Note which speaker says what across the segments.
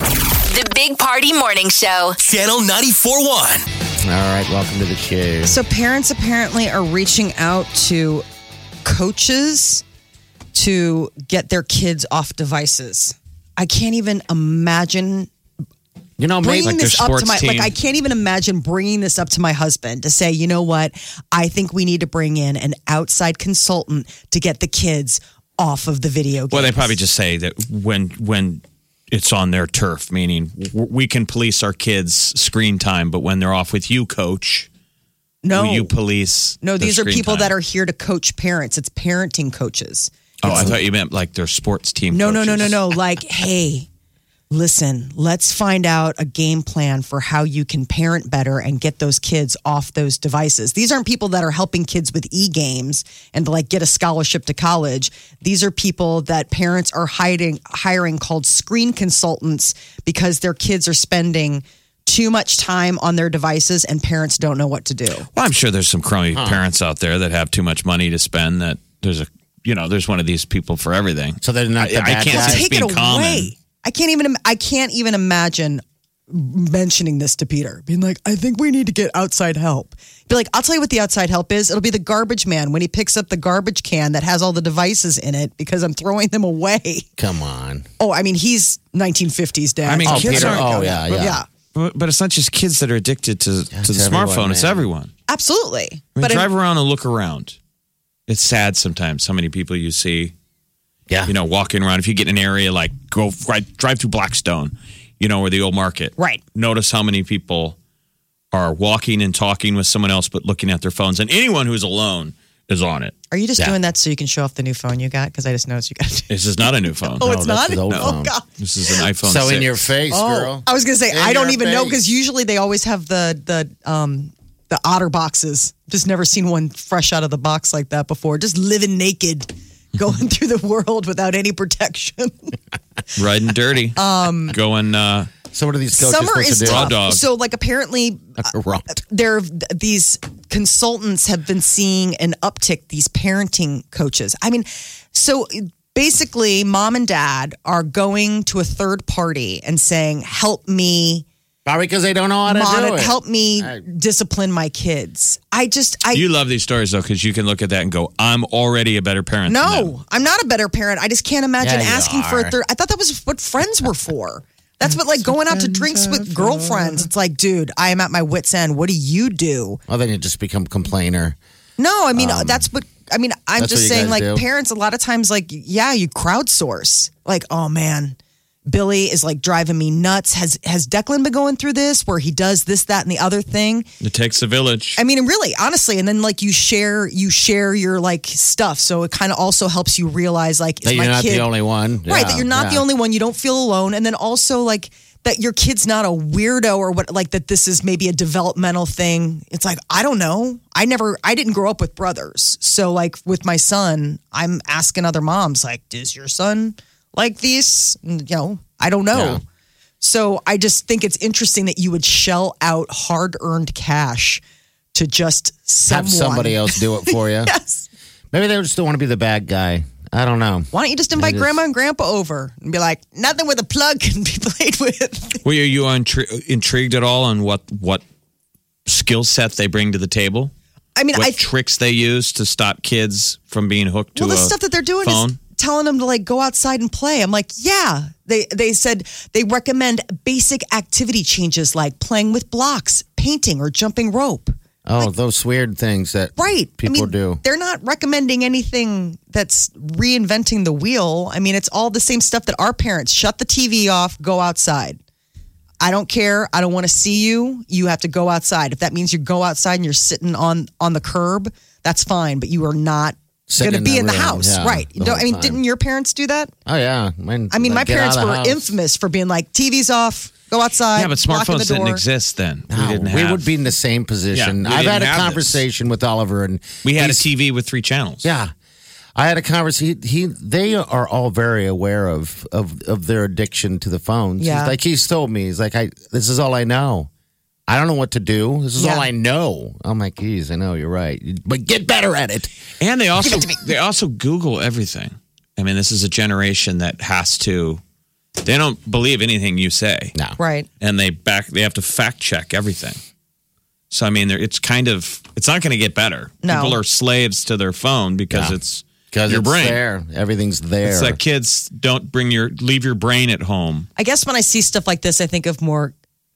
Speaker 1: The Big Party Morning Show.
Speaker 2: Channel 941.
Speaker 3: All right, welcome to the show.
Speaker 4: So parents apparently are reaching out to coaches to get their kids off devices. I can't even imagine
Speaker 3: You know, maybe
Speaker 4: bringing
Speaker 5: Like their
Speaker 4: this up to
Speaker 5: sports
Speaker 4: my like
Speaker 5: team.
Speaker 4: I can't even imagine bringing this up to my husband to say, "You know what? I think we need to bring in an outside consultant to get the kids off of the video games."
Speaker 5: Well, they probably just say that when when it's on their turf, meaning w- we can police our kids' screen time, but when they're off with you, coach,
Speaker 4: No.
Speaker 5: will you police?
Speaker 4: no,
Speaker 5: their
Speaker 4: these are
Speaker 5: screen
Speaker 4: people
Speaker 5: time?
Speaker 4: that are here to coach parents. It's parenting coaches.
Speaker 5: Oh, I thought you meant like their sports team.
Speaker 4: No, no, no, no,
Speaker 5: coaches.
Speaker 4: no. Like, hey, listen, let's find out a game plan for how you can parent better and get those kids off those devices. These aren't people that are helping kids with e games and to like get a scholarship to college. These are people that parents are hiding, hiring called screen consultants because their kids are spending too much time on their devices and parents don't know what to do.
Speaker 5: Well, I'm sure there's some crummy parents out there that have too much money to spend. That there's a you know there's one of these people for everything.
Speaker 3: So they're not the
Speaker 5: I- I
Speaker 3: bad
Speaker 5: can't
Speaker 3: guys?
Speaker 5: It's
Speaker 4: Take it
Speaker 5: been
Speaker 4: away.
Speaker 5: common.
Speaker 4: I can't even im- I can't even imagine mentioning this to Peter, being like, I think we need to get outside help. Be like, I'll tell you what the outside help is. It'll be the garbage man when he picks up the garbage can that has all the devices in it because I'm throwing them away.
Speaker 3: Come on.
Speaker 4: Oh, I mean, he's 1950s dad.
Speaker 5: I mean,
Speaker 3: Oh,
Speaker 5: kids
Speaker 3: Peter.
Speaker 5: aren't.
Speaker 3: Oh, yeah, yeah.
Speaker 4: yeah,
Speaker 5: But, but it's not just kids that are addicted to to the
Speaker 3: it's everyone,
Speaker 5: smartphone. It's
Speaker 3: man.
Speaker 5: everyone.
Speaker 4: absolutely.
Speaker 5: I mean,
Speaker 4: but
Speaker 5: drive around and look around. It's sad sometimes how many people you see,
Speaker 3: Yeah.
Speaker 5: you know, walking around. If you get in an area like go right, drive through Blackstone, you know, or the old market,
Speaker 4: Right.
Speaker 5: Notice how many people are walking and talking with someone else, but looking at their phones. And anyone who's alone is on it.
Speaker 4: are you just
Speaker 3: Yeah.
Speaker 4: doing that so you can show off the new phone you got? Because I just noticed you got.
Speaker 5: This is not a new phone.
Speaker 4: Oh, it's
Speaker 3: that's
Speaker 4: not.
Speaker 3: his old
Speaker 4: oh
Speaker 3: phone.
Speaker 4: God.
Speaker 5: This is an iPhone.
Speaker 3: so
Speaker 5: 6.
Speaker 3: in your face, girl.
Speaker 4: Oh, I was gonna say
Speaker 3: In
Speaker 4: I don't
Speaker 3: your
Speaker 4: even know because
Speaker 3: face.
Speaker 4: usually they always have the the um the otter boxes. Just never seen one fresh out of the box like that before. Just living naked, going through the world without any protection.
Speaker 5: riding dirty, um, going uh,
Speaker 3: So what are these coaches
Speaker 4: Summer
Speaker 3: supposed
Speaker 4: is
Speaker 3: to do?
Speaker 5: Raw
Speaker 4: tough. Uh,
Speaker 5: dog.
Speaker 4: So like apparently
Speaker 3: Wrong.
Speaker 4: there these consultants have been seeing an uptick these parenting coaches i mean so basically mom and dad are going to a third party and saying help me uh,
Speaker 3: Probably because they don't know how to do
Speaker 4: moni-
Speaker 3: it.
Speaker 4: help me
Speaker 3: I-
Speaker 4: discipline my kids. I just I
Speaker 5: you love these stories though because you can look at that and go, "I'm already a better parent." than them."
Speaker 4: no, I'm not a better parent. I just can't imagine
Speaker 3: Yeah, you
Speaker 4: asking for a
Speaker 3: are.
Speaker 4: third. I thought that was what friends were for. That's what like going out to drinks with girlfriends. It's like, dude, I am at my wits end. What do you do?
Speaker 3: Well, then you just become complainer.
Speaker 4: No, I mean that's what I mean. I'm
Speaker 3: Um, that's
Speaker 4: just
Speaker 3: what you
Speaker 4: saying, like
Speaker 3: guys do?
Speaker 4: parents, a lot of times, like yeah, you crowdsource. Like, oh man, Billy is like driving me nuts. Has has Declan been going through this where he does this, that, and the other thing?
Speaker 5: it takes a village.
Speaker 4: I mean, and really, honestly, and then like you share, you share your like stuff, so it kind of also helps you realize like is
Speaker 3: That you're
Speaker 4: my
Speaker 3: not
Speaker 4: kid
Speaker 3: the only one.
Speaker 4: right that you're not the only one. You don't feel alone, and then also like that your kid's not a weirdo or what like that this is maybe a developmental thing. It's like I don't know. I never, I didn't grow up with brothers, so like with my son, I'm asking other moms like, does your son like these? And, you know, I don't know.
Speaker 3: Yeah.
Speaker 4: So I just think it's interesting that you would shell out hard earned cash to just someone.
Speaker 3: Have somebody else do it for you.
Speaker 4: Yes.
Speaker 3: Maybe they just don't want to be the bad guy. I don't know.
Speaker 4: Why don't you just invite grandma and grandpa over and be like, nothing with a plug can be played with?
Speaker 5: Were you, you intri- intrigued at all on what what skill set they bring to the table?
Speaker 4: I mean,
Speaker 5: What
Speaker 4: I
Speaker 5: tricks they use to stop kids from being hooked to
Speaker 4: well, the
Speaker 5: a
Speaker 4: stuff that they're doing
Speaker 5: phone?
Speaker 4: is telling them to like go outside and play. I'm like, yeah. They they said they recommend basic activity changes like playing with blocks, painting, or jumping rope.
Speaker 3: Oh, those weird things that
Speaker 4: Right. I
Speaker 3: people
Speaker 4: mean,
Speaker 3: do.
Speaker 4: They're not recommending anything that's reinventing the wheel. I mean, it's all the same stuff that our parents shut the TV off, go outside. I don't care. I don't want to see you. You have to go outside. If that means you go outside and you're sitting on on the curb, that's fine, but you are not going
Speaker 3: Sitting
Speaker 4: to
Speaker 3: in
Speaker 4: be
Speaker 3: their
Speaker 4: in the
Speaker 3: room,
Speaker 4: house,
Speaker 3: yeah,
Speaker 4: right?
Speaker 3: the
Speaker 4: Don't- I
Speaker 3: whole
Speaker 4: mean,
Speaker 3: time.
Speaker 4: didn't your parents do that?
Speaker 3: Oh yeah. Mine,
Speaker 4: I mean, my
Speaker 3: like, get
Speaker 4: parents
Speaker 3: out of the
Speaker 4: were
Speaker 3: house.
Speaker 4: infamous for being like, "TV's off, go outside."
Speaker 5: Yeah, but
Speaker 4: lock in the
Speaker 5: smartphones didn't
Speaker 4: door."
Speaker 5: exist then.
Speaker 3: No,
Speaker 5: we didn't
Speaker 3: we
Speaker 5: have.
Speaker 3: would be in the same position.
Speaker 5: Yeah, we
Speaker 3: I've had
Speaker 5: didn't
Speaker 3: a
Speaker 5: have this.
Speaker 3: conversation with Oliver, and
Speaker 5: We had a
Speaker 3: he's-
Speaker 5: TV with three channels.
Speaker 3: Yeah, I had a conversation. He, he, they are all very aware of of of their addiction to the phones.
Speaker 4: Yeah.
Speaker 3: He's like he's told me, he's like, I this is all I know. I don't know what to do. This is
Speaker 4: Yeah.
Speaker 3: all I know. I'm like, geez, I know you're right, but get better at it.
Speaker 5: And they also they also Google everything. I mean, this is a generation that has to. They don't believe anything you say,
Speaker 3: No,
Speaker 4: Right.
Speaker 5: and they back they have to fact check everything. So I mean, they're- it's kind of it's not going to get better.
Speaker 4: No.
Speaker 5: People are slaves to their phone because
Speaker 3: Yeah.
Speaker 5: it's
Speaker 3: because
Speaker 5: your
Speaker 3: it's
Speaker 5: brain.
Speaker 3: there, everything's there.
Speaker 5: It's like kids don't bring your leave your brain at home.
Speaker 4: I guess when I see stuff like this, I think of more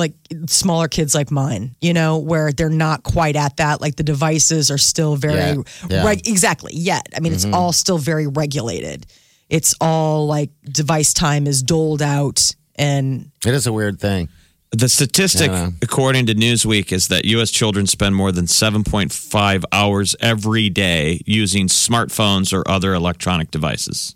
Speaker 4: like smaller kids like mine, you know, where they're not quite at that. Like the devices are still very
Speaker 3: Yeah, Mm-hmm. yeah.
Speaker 4: reg- exactly yet. I mean, it's all still very regulated. It's all like device time is doled out, and
Speaker 3: it is a weird thing.
Speaker 5: The statistic, according to Newsweek, is that U.S. children spend more than 7.5 hours every day using smartphones or other electronic devices.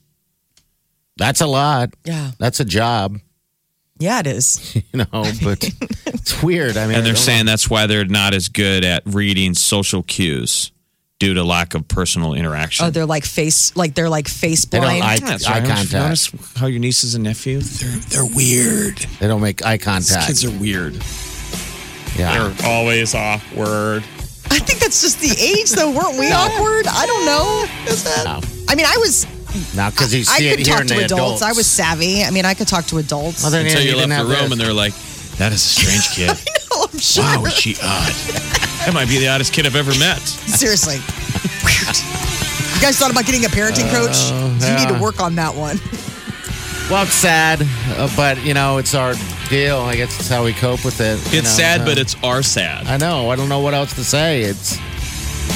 Speaker 3: That's a lot.
Speaker 4: Yeah.
Speaker 3: that's a job.
Speaker 4: yeah, it is.
Speaker 3: You know, but it's weird. I mean,
Speaker 5: And
Speaker 3: I
Speaker 5: they're
Speaker 3: don't-
Speaker 5: saying that's why they're not as good at reading social cues due to lack of personal interaction.
Speaker 4: Oh, they're like face, like they're like face
Speaker 3: They don't
Speaker 4: blind.
Speaker 3: eye-
Speaker 5: Yeah, that's
Speaker 3: eye
Speaker 5: right.
Speaker 3: contact.
Speaker 5: Notice how your nieces and nephews, they're, they're weird.
Speaker 3: they don't make eye
Speaker 5: These
Speaker 3: contact.
Speaker 5: kids are weird.
Speaker 3: yeah,
Speaker 5: They're always awkward.
Speaker 4: I think that's just the age, though. Weren't we awkward? I don't know. Is that?
Speaker 3: No.
Speaker 4: I mean, I was.
Speaker 3: now because you
Speaker 4: I
Speaker 3: see it
Speaker 4: could
Speaker 3: here
Speaker 4: talk
Speaker 3: in
Speaker 4: to
Speaker 3: the
Speaker 4: adults.
Speaker 3: adults.
Speaker 4: I was savvy. I mean, I could talk to adults.
Speaker 3: Well, then,
Speaker 5: Until
Speaker 3: yeah,
Speaker 5: you
Speaker 3: didn't
Speaker 5: left the
Speaker 3: have
Speaker 5: room
Speaker 3: this.
Speaker 5: and they're like, that is a strange kid.
Speaker 4: no, I'm sure.
Speaker 5: Wow, is she odd? That might be the oddest kid I've ever met.
Speaker 4: Seriously. Weird. You guys thought about getting a parenting coach? You need
Speaker 3: yeah.
Speaker 4: to work on that one.
Speaker 3: Well, it's sad, uh, but you know, it's our deal. I guess it's how we cope with it. you
Speaker 5: It's
Speaker 3: know,
Speaker 5: sad,
Speaker 3: uh,
Speaker 5: but it's our sad.
Speaker 3: I know. I don't know what else to say. It's.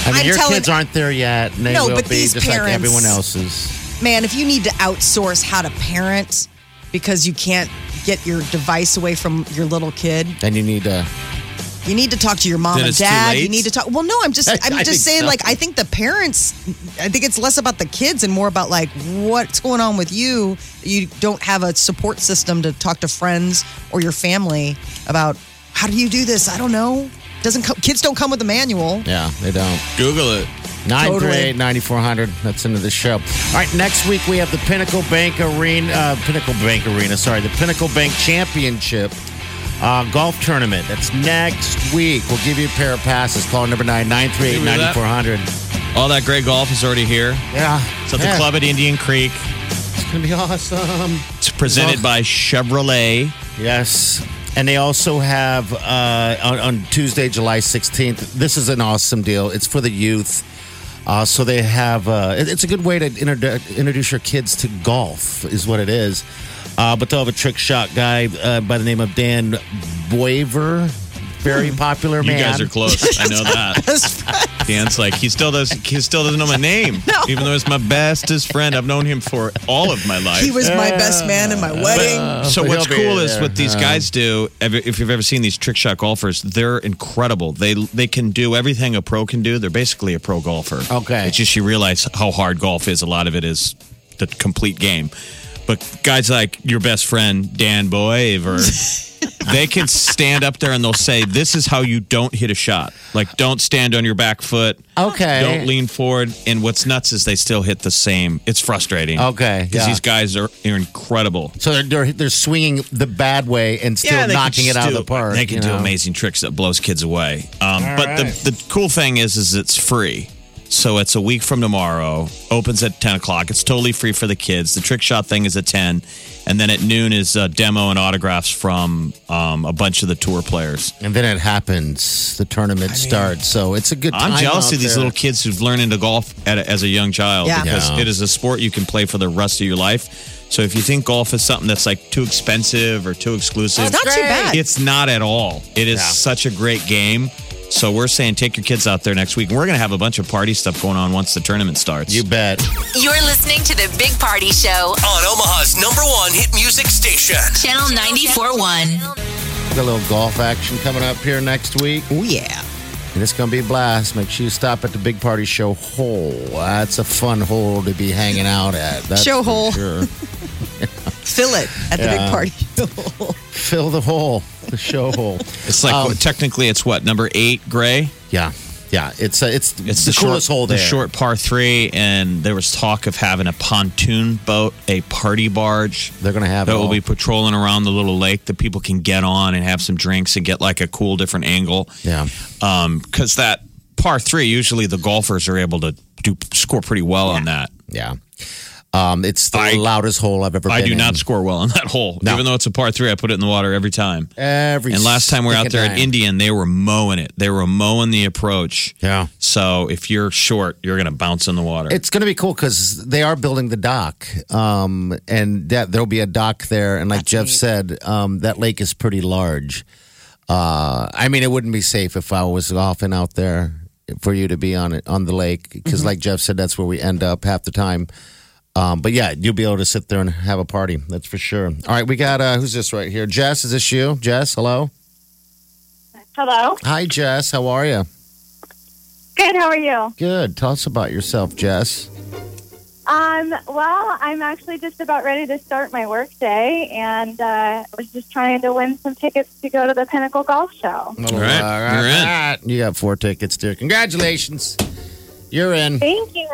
Speaker 3: I mean,
Speaker 4: I'm
Speaker 3: your
Speaker 4: telling-
Speaker 3: kids aren't there yet, and they
Speaker 4: No,
Speaker 3: will
Speaker 4: but
Speaker 3: be
Speaker 4: these
Speaker 3: just like
Speaker 4: parents-
Speaker 3: everyone else's.
Speaker 4: Man, if you need to outsource how to parent because you can't get your device away from your little kid,
Speaker 3: And you need to.
Speaker 4: you need to talk to your mom
Speaker 5: Then
Speaker 4: and
Speaker 5: it's too
Speaker 4: dad. You
Speaker 5: late?
Speaker 4: need to talk. Well, no, I'm just I'm
Speaker 3: I
Speaker 4: just
Speaker 3: think
Speaker 4: saying
Speaker 3: so.
Speaker 4: like I think the parents I think it's less about the kids and more about like what's going on with you. You don't have a support system to talk to friends or your family about how do you do this? I don't know. Doesn't co- kids don't come with a manual.
Speaker 3: Yeah, they don't.
Speaker 5: Google it.
Speaker 3: 938 9400. That's into the show. All right, next week we have the Pinnacle Bank Arena, uh, Pinnacle Bank Arena, sorry, the Pinnacle Bank Championship uh, golf tournament. That's next week. We'll give you a pair of passes. Call number 9 938 9400.
Speaker 5: All that great golf is already here.
Speaker 3: Yeah.
Speaker 5: It's at the
Speaker 3: Yeah,
Speaker 5: club at Indian Creek.
Speaker 3: It's going to be awesome.
Speaker 5: It's presented by Chevrolet.
Speaker 3: Yes. And they also have uh, on, on Tuesday, July 16th. This is an awesome deal. It's for the youth. Uh, so they have, uh, it- it's a good way to introdu- introduce your kids to golf, is what it is. Uh, but they'll have a trick shot guy uh, by the name of Dan Boiver. Very popular
Speaker 5: Hmm. You
Speaker 3: man.
Speaker 5: guys are close. I know that.
Speaker 4: That's
Speaker 5: Dan's like he still does. He still doesn't know my name, even though he's my bestest friend. I've known him for all of my life.
Speaker 4: He was my best man in my wedding.
Speaker 5: so
Speaker 3: Uh, But
Speaker 5: what's
Speaker 3: he'll be
Speaker 5: cool is
Speaker 3: there. Uh-huh.
Speaker 5: what these guys do. ev- If you've ever seen these trick shot golfers, they're incredible. They they can do everything a pro can do. They're basically a pro golfer.
Speaker 3: Okay.
Speaker 5: it's just you realize how hard golf is. A lot of it is the complete game. But guys like your best friend Dan Boever, they can stand up there and they'll say, "This is how you don't hit a shot. Like don't stand on your back foot."
Speaker 3: Okay.
Speaker 5: Don't lean forward. And what's nuts is they still hit the same. It's frustrating.
Speaker 3: Okay, yeah.
Speaker 5: Because these guys are, are incredible.
Speaker 3: So they're, they're, they're swinging the bad way and still
Speaker 5: they
Speaker 3: knocking
Speaker 5: can
Speaker 3: it
Speaker 5: just
Speaker 3: out of
Speaker 5: do-
Speaker 3: the park.
Speaker 5: They can
Speaker 3: you
Speaker 5: do
Speaker 3: know?
Speaker 5: amazing tricks that blows kids away. Um, but the, the cool thing is, is it's free. So it's a week from tomorrow. Opens at ten o'clock. It's totally free for the kids. The trick shot thing is at ten, and then at noon is a demo and autographs from um, a bunch of the tour players.
Speaker 3: And then it happens. The tournament starts. So it's a good time.
Speaker 5: I'm jealous
Speaker 3: out
Speaker 5: of these
Speaker 3: there.
Speaker 5: little kids who've learned into golf at a, as a young child
Speaker 4: Yeah.
Speaker 5: because
Speaker 3: Yeah.
Speaker 5: it is a sport you can play for the rest of your life. So if you think golf is something that's like too expensive or too exclusive,
Speaker 4: It's not too bad.
Speaker 5: It's not at all. It is such a great game. So we're saying take your kids out there next week. We're going to have a bunch of party stuff going on once the tournament starts.
Speaker 3: You bet.
Speaker 1: You're listening to the Big Party Show,
Speaker 2: On Omaha's number one hit music station.
Speaker 1: Channel 94.1.
Speaker 3: Got a little golf action coming up here next week.
Speaker 4: oh yeah.
Speaker 3: And it's going to be a blast. Make sure you stop at the Big Party Show Hole. That's a fun hole to be hanging out at. That's
Speaker 4: Show
Speaker 3: for
Speaker 4: hole.
Speaker 3: Sure.
Speaker 4: Fill it at the
Speaker 3: Yeah.
Speaker 4: big party.
Speaker 3: Fill the hole, the show hole.
Speaker 5: It's like
Speaker 3: Um,
Speaker 5: what- technically it's what number eight gray.
Speaker 3: Yeah. Yeah. It's uh, it's,
Speaker 5: It's
Speaker 3: the, coolest
Speaker 5: short,
Speaker 3: hole there.
Speaker 5: The short par three, and there was talk of having a pontoon boat, a party barge
Speaker 3: They're going to have
Speaker 5: that
Speaker 3: it.
Speaker 5: will
Speaker 3: all.
Speaker 5: be patrolling around the little lake that people can get on and have some drinks and get like a cool different angle.
Speaker 3: Yeah.
Speaker 5: because that par three, usually the golfers are able to do score pretty well on that.
Speaker 3: Yeah. Um, it's the
Speaker 5: I-
Speaker 3: loudest hole I've ever
Speaker 5: I
Speaker 3: been
Speaker 5: do not
Speaker 3: in.
Speaker 5: score well on that hole,
Speaker 3: No.
Speaker 5: even though it's a par three. I put it in the water every time.
Speaker 3: Every
Speaker 5: And last time we were out there at
Speaker 3: stinking time.
Speaker 5: Indian, they were mowing it. They were mowing the approach.
Speaker 3: Yeah.
Speaker 5: So if you're short, you're going to bounce in the water.
Speaker 3: It's going to be cool because they are building the dock, um, and that there'll be a dock there. And like Jeff said, um, that lake is pretty large. Uh, I mean, it wouldn't be safe if I was often out there for you to be on it on the lake because, like Jeff said, that's where we end up half the time. Um, but yeah, you'll be able to sit there and have a party. That's for sure. All right, we got uh, who's this right here? Jess, is this you? Jess, hello.
Speaker 6: Hello.
Speaker 3: Hi, Jess. How are you?
Speaker 6: Good. How are you?
Speaker 3: Good. Tell us about yourself, Jess.
Speaker 6: Um, well, I'm actually just about ready to start my work day, and uh, I was just trying to win some tickets to go to the Pinnacle Golf Show.
Speaker 3: All
Speaker 5: right, you're in.
Speaker 3: You got four tickets, dear. Congratulations. You're in.
Speaker 6: Thank you.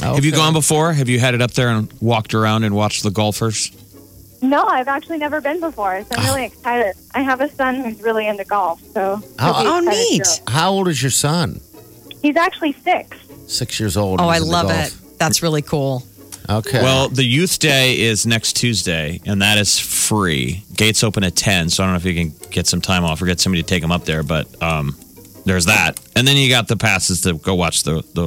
Speaker 5: Have you
Speaker 3: Okay.
Speaker 5: gone before? Have you headed up there and walked around and watched the golfers?
Speaker 6: No, I've actually never been before, so I'm really excited. I have a son who's really into golf, so
Speaker 3: How-
Speaker 6: I'll be
Speaker 4: oh,
Speaker 6: excited
Speaker 4: neat.
Speaker 6: to go.
Speaker 3: How old is your son?
Speaker 6: He's actually six.
Speaker 3: Six years old.
Speaker 4: Oh, I
Speaker 3: He's into
Speaker 4: love it.
Speaker 3: golf.
Speaker 4: That's really cool.
Speaker 3: Okay.
Speaker 5: Well, the Youth Day is next Tuesday, and that is free. Gates open at 10, so I don't know if you can get some time off or get somebody to take them up there, but um, there's that. And then you got the passes to go watch the, the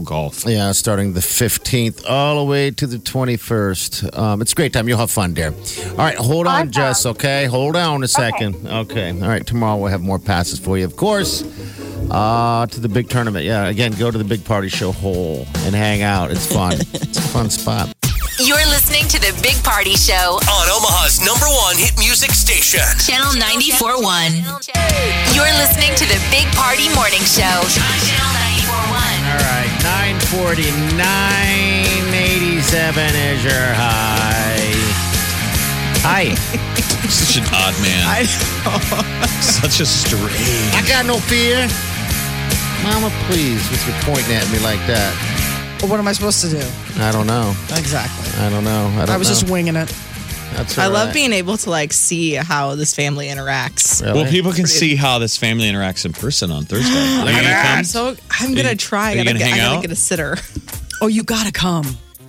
Speaker 5: golf.
Speaker 3: yeah, starting the 15th all the way to the 21st. Um, it's a great time. You'll have fun, dear. All right, hold on,
Speaker 6: Awesome.
Speaker 3: Jess, okay? Hold on a second. Okay. All right, tomorrow we'll have more passes for you, of course, uh, to the big tournament. Yeah, again, go to the big party show hole and hang out. It's fun. it's a fun spot.
Speaker 1: You're listening to the Big Party Show,
Speaker 2: On Omaha's number one hit music station.
Speaker 1: Channel 94.1. You're listening to the Big Party Morning Show on Channel 94.1.
Speaker 3: All right, 949, 87 is your high. Hi.
Speaker 5: Such an odd man. Such a strange.
Speaker 3: I got no fear. Mama, please, with your pointing at me like that.
Speaker 4: Well, what am I supposed to do?
Speaker 3: I don't know.
Speaker 4: Exactly.
Speaker 3: I don't know. I, don't
Speaker 4: I was
Speaker 3: know.
Speaker 4: just winging it.
Speaker 3: That's
Speaker 7: I
Speaker 3: all
Speaker 7: love
Speaker 3: right.
Speaker 7: being able to like see how this family interacts.
Speaker 3: Really?
Speaker 5: Well, people can see how this family interacts in person on Thursday. Are you gonna come?
Speaker 7: I'm so I'm gonna try.
Speaker 5: are you
Speaker 7: I
Speaker 5: gonna
Speaker 7: gotta, get, I
Speaker 5: hang
Speaker 7: gotta
Speaker 5: out?
Speaker 7: get a sitter.
Speaker 4: Oh, you gotta come.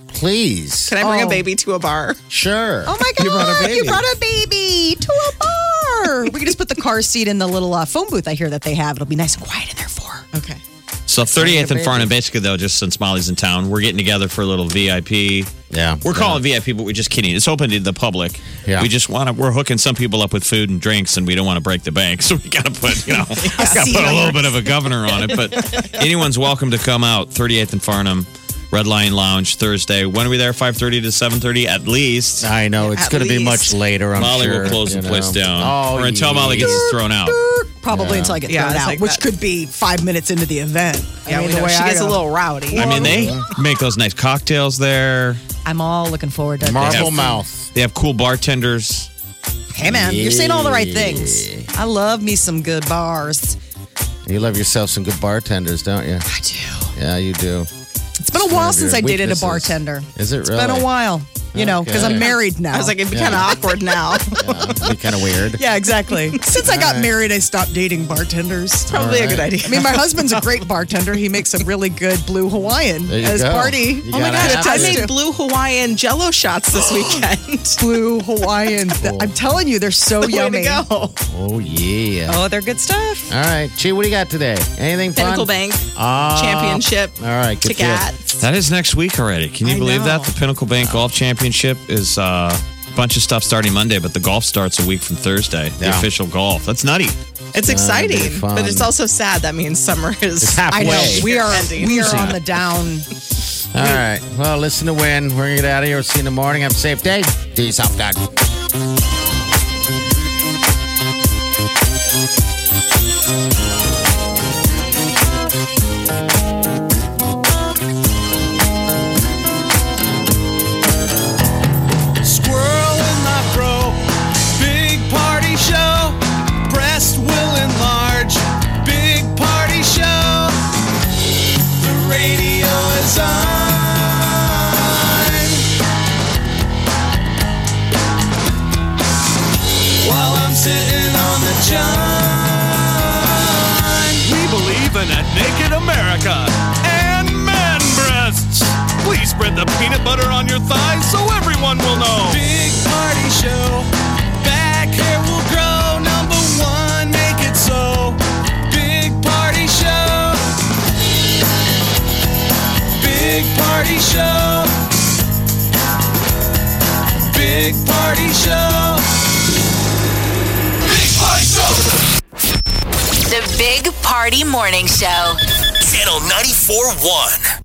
Speaker 3: please.
Speaker 7: Can I bring
Speaker 4: Oh.
Speaker 7: a baby to a bar?
Speaker 3: Sure.
Speaker 4: Oh my god, you brought a baby, to a bar. we can just put the car seat in the little uh, phone booth. I hear that they have. It'll be nice and quiet in there for. her.
Speaker 7: Okay.
Speaker 5: So 38th and Farnham, basically, though, just since Molly's in town, we're getting together for a little VIP.
Speaker 3: Yeah.
Speaker 5: We're calling VIP, but we're just kidding. It's open to the public.
Speaker 3: Yeah.
Speaker 5: We just want to. We're hooking some people up with food and drinks, and we don't want to break the bank, so we got to put you know, got to
Speaker 4: see
Speaker 5: put a
Speaker 4: how
Speaker 5: little bit of a governor on it. But anyone's welcome to come out. 38th and Farnham, Red Lion Lounge Thursday. When are we there? 5:30 to 7:30 at least.
Speaker 3: I know. It's
Speaker 7: At
Speaker 3: going to be much
Speaker 7: least.
Speaker 3: later, I'm
Speaker 5: Molly
Speaker 3: sure.
Speaker 5: will close the
Speaker 3: you
Speaker 5: place
Speaker 3: know.
Speaker 5: down,
Speaker 3: Oh,
Speaker 5: or until Molly gets
Speaker 3: yeah.
Speaker 5: thrown out.
Speaker 4: Probably until I get
Speaker 7: Yeah,
Speaker 4: thrown
Speaker 7: it's
Speaker 4: out,
Speaker 7: like
Speaker 4: which
Speaker 7: that.
Speaker 4: could be five minutes into the event.
Speaker 7: Yeah, we know. she gets a little rowdy.
Speaker 5: I mean, they make those nice cocktails there.
Speaker 4: I'm all looking forward to
Speaker 3: Marble
Speaker 5: Yeah.
Speaker 3: mouth.
Speaker 5: They have cool bartenders.
Speaker 4: Hey man, you're saying all the right things. I love me some good bars.
Speaker 3: You love yourself some good bartenders, don't you?
Speaker 4: I do.
Speaker 3: Yeah, you do.
Speaker 4: It's been a while
Speaker 3: It's one of
Speaker 4: since
Speaker 3: your
Speaker 4: I dated a
Speaker 3: weaknesses.
Speaker 4: bartender.
Speaker 3: Is it
Speaker 4: It's
Speaker 3: really?
Speaker 4: been a while, you know, because
Speaker 3: Okay.
Speaker 4: I'm married now.
Speaker 7: I was like, it'd be kind of awkward now.
Speaker 3: kind of weird.
Speaker 4: yeah, exactly. Since I got married, I stopped dating bartenders.
Speaker 7: Probably a good idea.
Speaker 4: I mean, my husband's a great bartender. He makes a really good blue Hawaiian
Speaker 3: There you
Speaker 4: at his
Speaker 3: go.
Speaker 4: party.
Speaker 3: You
Speaker 4: oh my
Speaker 3: gotta
Speaker 4: god,
Speaker 3: have
Speaker 4: it's
Speaker 7: I
Speaker 3: it.
Speaker 7: made blue Hawaiian Jello shots this weekend.
Speaker 4: blue Hawaiian. I'm telling you, they're so yummy.
Speaker 7: Way to go!
Speaker 3: Oh, yeah.
Speaker 7: Oh, they're good stuff.
Speaker 3: All right, Chi, what do you got today? Anything
Speaker 7: Pinnacle
Speaker 3: fun?
Speaker 7: Bank
Speaker 4: Uh,
Speaker 3: Ah.
Speaker 7: Championship.
Speaker 3: All right,
Speaker 7: to
Speaker 3: good for you.
Speaker 7: cat.
Speaker 5: That is next week already. Can you
Speaker 7: I
Speaker 5: believe that?
Speaker 7: know.
Speaker 5: The Pinnacle Bank Golf Championship is uh, a bunch of stuff starting Monday, but the golf starts a week from Thursday. The
Speaker 3: Yeah.
Speaker 5: official golf. That's nutty.
Speaker 7: It's
Speaker 3: be
Speaker 7: exciting,
Speaker 3: fun.
Speaker 7: but it's also sad. That means summer is
Speaker 3: It's
Speaker 4: I
Speaker 3: halfway.
Speaker 4: know
Speaker 3: Way.
Speaker 4: we are
Speaker 7: Ending.
Speaker 4: we are on the down.
Speaker 3: All right. Well, listen to win. We're going to get out of here. We'll see you in the morning. Have a safe day. Do yourself good.
Speaker 2: sitting on the john.
Speaker 5: We believe in a naked America and man breasts. Please spread the peanut butter on your thighs so everyone will know.
Speaker 2: Big party show. Back hair will grow. Number one, make it so. Big party show. Big party show. Big party show. Big party show.
Speaker 1: The Big Party Morning Show.
Speaker 5: Channel 94.1.